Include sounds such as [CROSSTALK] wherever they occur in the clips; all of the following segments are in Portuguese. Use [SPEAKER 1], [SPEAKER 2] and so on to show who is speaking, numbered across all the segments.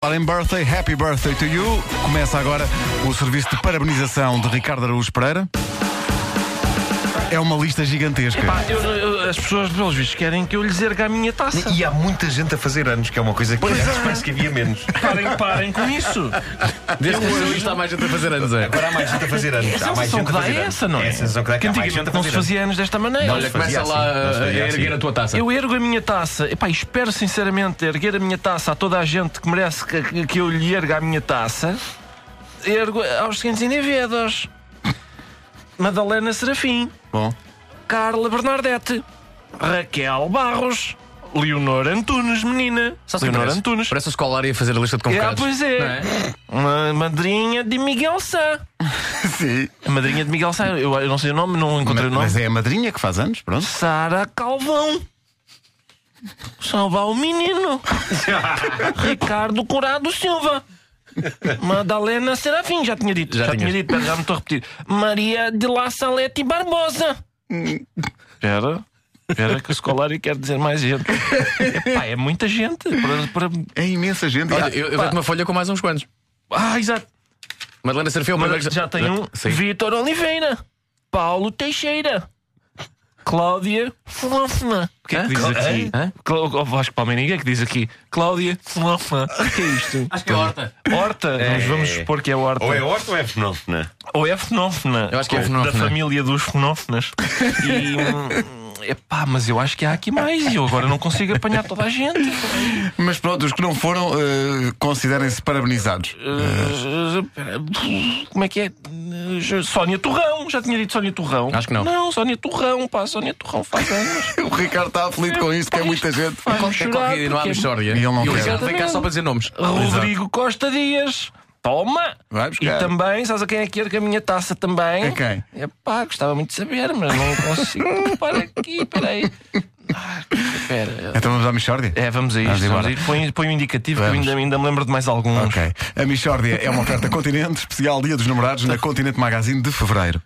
[SPEAKER 1] Falar em birthday, happy birthday to you. Começa agora o serviço de parabenização de Ricardo Araújo Pereira. É uma lista gigantesca.
[SPEAKER 2] Pá, eu- eu- as pessoas, pelos vistos, querem que eu lhes erga a minha taça.
[SPEAKER 3] E há muita gente a fazer anos, que é uma coisa que antes parece que havia menos.
[SPEAKER 2] Parem, parem com isso.
[SPEAKER 4] Desde que hoje está mais gente a fazer anos, é?
[SPEAKER 3] Agora há mais gente a fazer anos.
[SPEAKER 2] A
[SPEAKER 3] Há mais
[SPEAKER 2] sensação
[SPEAKER 3] gente
[SPEAKER 2] que
[SPEAKER 3] a
[SPEAKER 2] dá
[SPEAKER 3] fazer
[SPEAKER 2] é
[SPEAKER 3] anos.
[SPEAKER 2] essa, não é?
[SPEAKER 3] a sensação que dá é que há mais gente
[SPEAKER 2] antigamente
[SPEAKER 3] a
[SPEAKER 2] não se
[SPEAKER 3] fazer anos.
[SPEAKER 2] fazia anos desta maneira.
[SPEAKER 4] Olha, começa
[SPEAKER 3] fazia
[SPEAKER 4] lá
[SPEAKER 3] assim, não se
[SPEAKER 4] a, a
[SPEAKER 3] fazia
[SPEAKER 4] erguer
[SPEAKER 3] assim.
[SPEAKER 4] a tua taça.
[SPEAKER 2] Eu ergo a minha taça. Epá, espero sinceramente erguer a minha taça a toda a gente que merece que, que eu lhe erga a minha taça. Ergo aos seguintes indivíduos: Madalena Serafim,
[SPEAKER 1] Bom,
[SPEAKER 2] Carla Bernardete, Raquel Barros, Leonor Antunes, menina.
[SPEAKER 4] Sabe o que
[SPEAKER 2] Leonor
[SPEAKER 4] parece?
[SPEAKER 2] Antunes.
[SPEAKER 4] Parece a escolar ia fazer a lista de
[SPEAKER 2] Ah,
[SPEAKER 4] convocados.
[SPEAKER 2] pois é.
[SPEAKER 4] Não é?
[SPEAKER 2] Uma madrinha de Miguel Sá.
[SPEAKER 1] [LAUGHS] sim.
[SPEAKER 2] A madrinha de Miguel Sá, eu, eu não sei o nome, não encontrei
[SPEAKER 1] Mas,
[SPEAKER 2] o nome.
[SPEAKER 1] mas é a madrinha que faz anos, pronto.
[SPEAKER 2] Sara Calvão. Salvar o [LAUGHS] menino. Ricardo Curado Silva. Madalena Serafim, já tinha dito. Já,
[SPEAKER 4] Já
[SPEAKER 2] tinha
[SPEAKER 4] tinhas.
[SPEAKER 2] dito, pera, já me estou a repetir. Maria de La Salete Barbosa. Espera. Espera que o escolário quer dizer mais [LAUGHS] gente. Epá, é muita gente. Para, para...
[SPEAKER 1] É imensa gente.
[SPEAKER 4] Olha, eu, eu dou-te uma folha com mais uns quantos.
[SPEAKER 2] Ah, exato.
[SPEAKER 4] Madalena Serfeu, o
[SPEAKER 2] Mas
[SPEAKER 4] primeiro.
[SPEAKER 2] já tem um Vitor Oliveira, Paulo Teixeira, Cláudia Flofna. O que é que diz aqui? Clá- O Vasco Palmeirinho, o que é que diz aqui? Cláudia Flofna. O que é isto?
[SPEAKER 4] Acho que é horta.
[SPEAKER 2] Horta, nós vamos supor que é Horta.
[SPEAKER 3] Ou é horta ou é fenófena?
[SPEAKER 2] Ou é Fenófena.
[SPEAKER 4] Eu acho que é
[SPEAKER 2] Da
[SPEAKER 4] Fenófena.
[SPEAKER 2] família dos [LAUGHS] Fenófenas. E. hum, Epá, mas eu acho que há aqui mais e eu agora não consigo apanhar toda a gente.
[SPEAKER 1] Mas pronto, os que não foram, eh, considerem-se parabenizados.
[SPEAKER 2] Uh, espera, Como é que é? Uh, Sónia Torrão, já tinha dito Sónia Torrão.
[SPEAKER 4] Acho que não.
[SPEAKER 2] Não, Sónia Torrão, pá, Sónia Torrão faz
[SPEAKER 1] [LAUGHS]
[SPEAKER 2] anos.
[SPEAKER 1] O Ricardo está aflito com isto, que é muita gente.
[SPEAKER 2] Vamos
[SPEAKER 4] É
[SPEAKER 2] chorar.
[SPEAKER 4] qualquer dia, não há
[SPEAKER 2] porque-
[SPEAKER 4] mistória.
[SPEAKER 1] E ele não
[SPEAKER 4] o
[SPEAKER 1] quer.
[SPEAKER 4] Ricardo vem cá só para dizer nomes.
[SPEAKER 2] Rodrigo Costa Dias. Toma!
[SPEAKER 1] Vai
[SPEAKER 2] e
[SPEAKER 1] buscar.
[SPEAKER 2] também, sabes a quem é que erga a minha taça também?
[SPEAKER 1] A quem?
[SPEAKER 2] Epá, gostava muito de saber, mas não consigo. Para aqui, peraí. Ah, espera.
[SPEAKER 1] Então vamos à Michórdia?
[SPEAKER 2] É, vamos a
[SPEAKER 1] Vamos
[SPEAKER 2] isto. Vamos
[SPEAKER 1] embora.
[SPEAKER 2] a isto. Põe, põe um indicativo
[SPEAKER 1] Vamos.
[SPEAKER 2] que eu ainda, ainda me lembro de mais alguns.
[SPEAKER 1] Ok. A Michórdia é uma oferta Continente, especial Dia dos Namorados, na Continente Magazine de Fevereiro.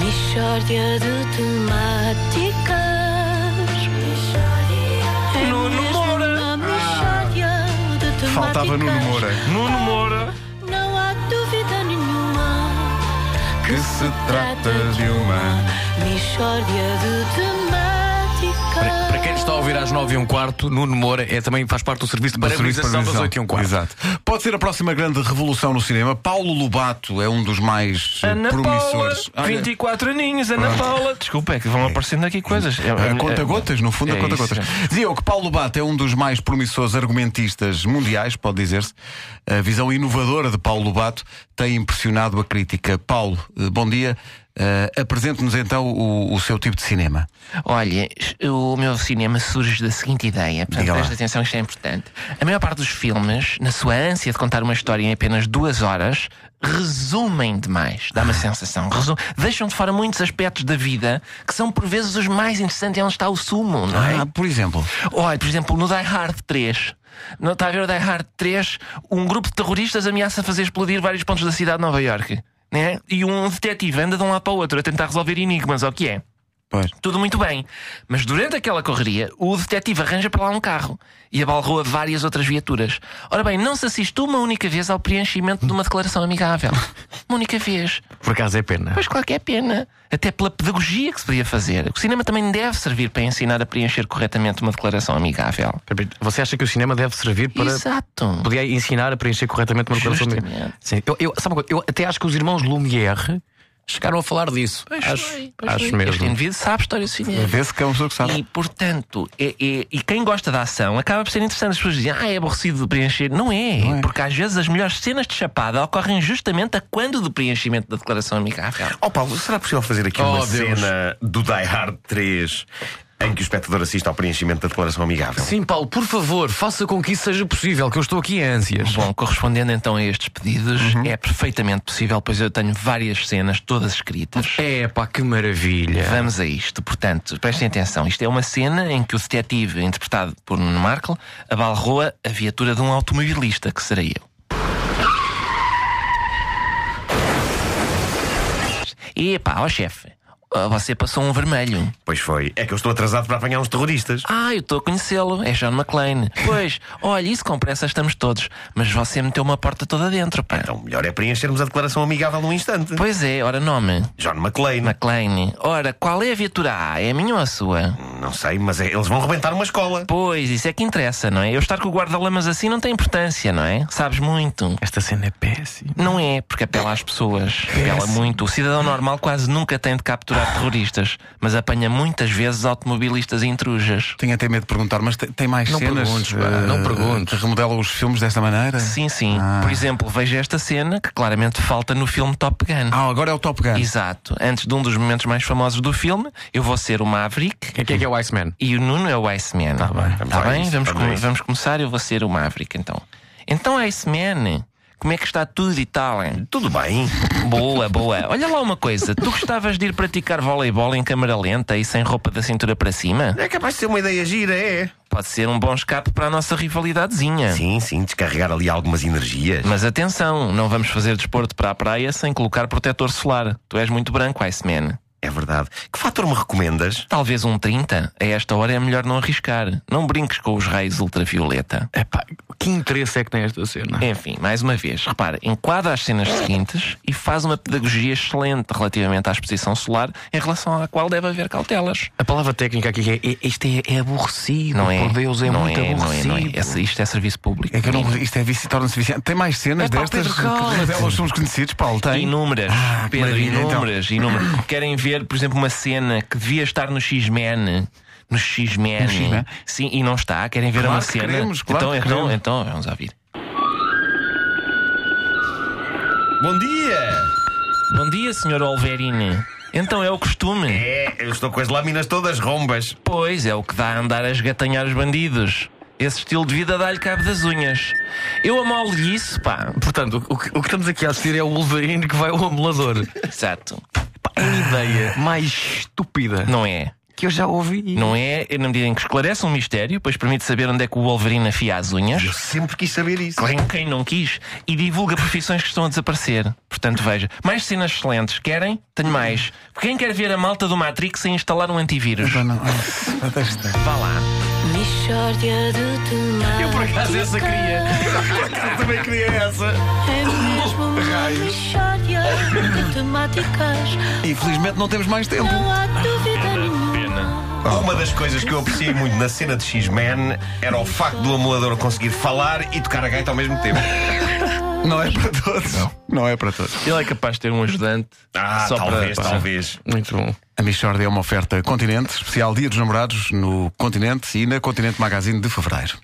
[SPEAKER 5] Mistória de temáticas. É
[SPEAKER 2] Nuno
[SPEAKER 5] mesmo
[SPEAKER 2] Moura.
[SPEAKER 5] uma mistória de temáticas.
[SPEAKER 1] Faltava Nuno Moura.
[SPEAKER 2] Nuno Moura.
[SPEAKER 5] Não há dúvida nenhuma
[SPEAKER 1] Que se trata de uma.
[SPEAKER 5] mistória de temáticas.
[SPEAKER 4] Para quem está a ouvir às 9 e um quarto, Nuno Moura é, também faz parte do serviço de
[SPEAKER 1] Do serviço de
[SPEAKER 4] parabenização das
[SPEAKER 1] parabenização.
[SPEAKER 4] 8 e um quarto.
[SPEAKER 1] Exato. Pode ser a próxima grande revolução no cinema. Paulo Lobato é um dos mais eh,
[SPEAKER 2] Ana Paula,
[SPEAKER 1] promissores. Olha,
[SPEAKER 2] 24 aninhos, Ana Paula. Desculpa, é que vão aparecendo aqui coisas. É,
[SPEAKER 1] a eh, Ah, conta gotas, no fundo,
[SPEAKER 2] é
[SPEAKER 1] a conta
[SPEAKER 2] isso.
[SPEAKER 1] gotas. Dizia eu que Paulo Lobato é um dos mais promissores argumentistas mundiais, pode dizer-se. A visão inovadora de Paulo Lobato tem impressionado a crítica. Paulo, eh, bom dia. Eh, Apresente-nos então o, o seu tipo de cinema.
[SPEAKER 6] Olha, o meu cinema surge da seguinte ideia,
[SPEAKER 1] Diga
[SPEAKER 6] portanto
[SPEAKER 1] lá.
[SPEAKER 6] presta atenção, isto é importante. A maior parte dos filmes, na sua ânsia de contar uma história em apenas duas horas, resumem demais. Dá
[SPEAKER 1] Ah.
[SPEAKER 6] uma sensação. Resu- Deixam de fora muitos aspectos da vida que são por vezes os mais interessantes e onde está o sumo, não é?
[SPEAKER 1] Ah, por exemplo,
[SPEAKER 6] Olha, por exemplo, no Die Hard 3. Não está a ver o Die Hard 3? Um grupo de terroristas ameaça fazer explodir vários pontos da cidade de Nova Iorque. Né? E um detetive anda de um lado para o outro a tentar resolver enigmas, ou o que é?
[SPEAKER 1] pois.
[SPEAKER 6] Tudo muito bem. Mas durante aquela correria, o detetive arranja para lá um carro e abalroa várias outras viaturas. Ora bem, não se assiste uma única vez ao preenchimento de uma declaração amigável. Uma única vez.
[SPEAKER 4] Por acaso é pena.
[SPEAKER 6] Pois claro que é pena. Até pela pedagogia que se podia fazer. O cinema também deve servir para ensinar a preencher corretamente uma declaração amigável.
[SPEAKER 4] Você acha que o cinema deve servir
[SPEAKER 6] Exato.
[SPEAKER 4] podia ensinar a preencher corretamente uma declaração de-
[SPEAKER 6] Justamente.
[SPEAKER 4] Sim, eu, eu- sabe uma coisa? Eu até acho que os irmãos Lumière chegaram a falar disso.
[SPEAKER 6] Pois
[SPEAKER 4] acho
[SPEAKER 6] foi, pois
[SPEAKER 4] acho
[SPEAKER 6] foi. Este
[SPEAKER 4] mesmo.
[SPEAKER 6] indivíduo sabe história do cinema.
[SPEAKER 1] Vê-se que é um pessoa que sabe.
[SPEAKER 6] E, portanto, é- é- e quem gosta da ação acaba por ser interessante. As pessoas dizem, ah, é aborrecido de preencher. Não é,
[SPEAKER 1] é.
[SPEAKER 6] porque às vezes as melhores cenas de chapada ocorrem justamente a quando do preenchimento da declaração amigável.
[SPEAKER 3] Oh Paulo, será possível fazer aqui
[SPEAKER 4] Oh,
[SPEAKER 3] uma
[SPEAKER 4] Deus.
[SPEAKER 3] cena do Die Hard 3 em que o espectador assiste ao preenchimento da declaração amigável?
[SPEAKER 4] Sim, Paulo, por favor, faça com que isso seja possível, que eu estou aqui em ânsias.
[SPEAKER 6] Bom, correspondendo então a estes pedidos, é perfeitamente possível, pois eu tenho várias cenas, todas escritas.
[SPEAKER 4] É pá, que maravilha.
[SPEAKER 6] Vamos a isto, portanto, prestem atenção. Isto é uma cena em que o detetive, interpretado por Nuno Markle, abalroa a viatura de um automobilista, que serei eu. Epá, ó chefe, Ah, Você passou um vermelho.
[SPEAKER 3] Pois foi. É que eu estou atrasado para apanhar uns terroristas.
[SPEAKER 6] Ah, eu estou a conhecê-lo. É John McClane. Pois, olha, isso com pressa estamos todos. Mas você meteu uma porta toda dentro, pá.
[SPEAKER 3] Então, melhor é preenchermos a declaração amigável num instante.
[SPEAKER 6] Pois é, ora nome.
[SPEAKER 3] John McClane.
[SPEAKER 6] McLean. Ora, qual é a viatura A? É a minha ou a sua?
[SPEAKER 3] Não sei, mas é- eles vão rebentar uma escola.
[SPEAKER 6] Pois, isso é que interessa, não é? Eu estar com o guarda-lamas assim não tem importância, não é? Sabes muito.
[SPEAKER 4] Esta cena é péssima.
[SPEAKER 6] Não é, porque apela às pessoas. Apela muito. O cidadão normal quase nunca tem de capturar terroristas, mas apanha muitas vezes automobilistas intrujas.
[SPEAKER 1] Tenho até medo de perguntar, mas te- tem mais
[SPEAKER 4] Não
[SPEAKER 1] cenas?
[SPEAKER 4] perguntes, pá,
[SPEAKER 1] eh,
[SPEAKER 4] não perguntes.
[SPEAKER 1] Que remodelam os filmes desta maneira? Ah.
[SPEAKER 6] Sim, sim. Por exemplo, veja esta cena que claramente falta no filme Top Gun.
[SPEAKER 1] Ah, agora é o Top Gun.
[SPEAKER 6] Exato. Antes de um dos momentos mais famosos do filme, eu vou ser o Maverick
[SPEAKER 4] Quem é que é, que é o Iceman?
[SPEAKER 6] E o Nuno é o Iceman. Está bem,
[SPEAKER 3] Tá vamos
[SPEAKER 6] vamos,
[SPEAKER 3] lá a isso,
[SPEAKER 6] vamos,
[SPEAKER 3] vamos a
[SPEAKER 6] com-
[SPEAKER 3] isso.
[SPEAKER 6] vamos começar. Eu vou ser o Maverick então. Então, Iceman, como é que está tudo e tal? Hein?
[SPEAKER 3] Tudo bem.
[SPEAKER 6] Boa, boa. Olha lá uma coisa: tu gostavas de ir praticar voleibol em câmara lenta e sem roupa da cintura para cima?
[SPEAKER 3] É capaz de ser uma ideia gira, é.
[SPEAKER 6] Pode ser um bom escape para a nossa rivalidadezinha.
[SPEAKER 3] Sim, sim, descarregar ali algumas energias.
[SPEAKER 6] Mas atenção, não vamos fazer desporto para a praia sem colocar protetor solar. Tu és muito branco, Iceman.
[SPEAKER 3] É verdade. Que fator me recomendas?
[SPEAKER 6] Talvez um 30? A esta hora é melhor não arriscar. Não brinques com os raios ultravioleta.
[SPEAKER 4] Epá, que interesse é que tem esta cena?
[SPEAKER 6] Enfim, mais uma vez, repara, enquadra as cenas seguintes e faz uma pedagogia excelente relativamente à exposição solar, em relação à qual deve haver cautelas.
[SPEAKER 4] A palavra técnica aqui é, é isto é, é aborrecido,
[SPEAKER 6] Não é?
[SPEAKER 4] por Deus, é assim.
[SPEAKER 6] não
[SPEAKER 4] muito
[SPEAKER 6] é, não é,
[SPEAKER 4] aborrecido.
[SPEAKER 6] não é. Esse- isto é serviço público.
[SPEAKER 1] É que eu não. Isto é vici, torna-se viciante. Tem mais cenas
[SPEAKER 6] É pá,
[SPEAKER 1] destas
[SPEAKER 6] Pedro
[SPEAKER 1] que
[SPEAKER 6] Costa.
[SPEAKER 1] remodelam os filmes conhecidos, Paulo? Tem.
[SPEAKER 6] Inúmeras,
[SPEAKER 1] Ah, que
[SPEAKER 6] Pedro,
[SPEAKER 1] maravilha, então.
[SPEAKER 6] inúmeras, inúmeras. Querem ver, por exemplo, uma cena que devia estar no X-Men. No X-Men.
[SPEAKER 1] No X-Men?
[SPEAKER 6] Sim, e não está. Querem ver
[SPEAKER 1] Claro
[SPEAKER 6] uma
[SPEAKER 1] que
[SPEAKER 6] cena.
[SPEAKER 1] queremos, claro
[SPEAKER 6] então,
[SPEAKER 1] que
[SPEAKER 6] então,
[SPEAKER 1] queremos.
[SPEAKER 6] então, vamos ouvir.
[SPEAKER 3] Bom dia!
[SPEAKER 6] Bom dia, Sr. Olverine. Então é o costume.
[SPEAKER 3] É, eu estou com as lâminas todas rombas.
[SPEAKER 6] Pois, é o que dá a andar a esgatanhar os bandidos. Esse estilo de vida dá-lhe cabo das unhas. Eu amolo-lhe isso, pá.
[SPEAKER 4] Portanto, o, que, o que estamos aqui a assistir é o Wolverine que vai ao amulador.
[SPEAKER 6] Exato.
[SPEAKER 4] Pá, é a ideia mais estúpida
[SPEAKER 6] Não é.
[SPEAKER 4] que eu já ouvi.
[SPEAKER 6] Não é, na medida em que esclarece um mistério, pois permite saber onde é que o Wolverine afia as unhas.
[SPEAKER 3] Eu sempre quis saber isso.
[SPEAKER 6] Quem, quem não quis. E divulga profissões que estão a desaparecer. Portanto, veja. Mais cenas excelentes. Querem? Tenho mais. Quem quer ver a malta do Matrix sem instalar um antivírus?
[SPEAKER 1] Não, não, ah, deixa estar.
[SPEAKER 6] Vá lá.
[SPEAKER 5] Mishória de temáticas. Eu por acaso essa queria.
[SPEAKER 3] é também queria essa.
[SPEAKER 5] É mesmo uma mishória de temáticas.
[SPEAKER 1] Infelizmente não temos mais tempo.
[SPEAKER 5] Não há dúvida nenhuma.
[SPEAKER 3] Uma das coisas que eu apreciei muito na cena de X-Men era o facto do amulador conseguir falar e tocar a gaita ao mesmo tempo.
[SPEAKER 1] Não é para todos. Não, é para todos.
[SPEAKER 6] Ele é capaz de ter um ajudante.
[SPEAKER 3] Ah,
[SPEAKER 6] só
[SPEAKER 3] talvez,
[SPEAKER 6] para,
[SPEAKER 3] talvez.
[SPEAKER 4] Muito bom.
[SPEAKER 1] A Michord é uma oferta continente, especial Dia dos Namorados no Continente e na Continente Magazine de Fevereiro.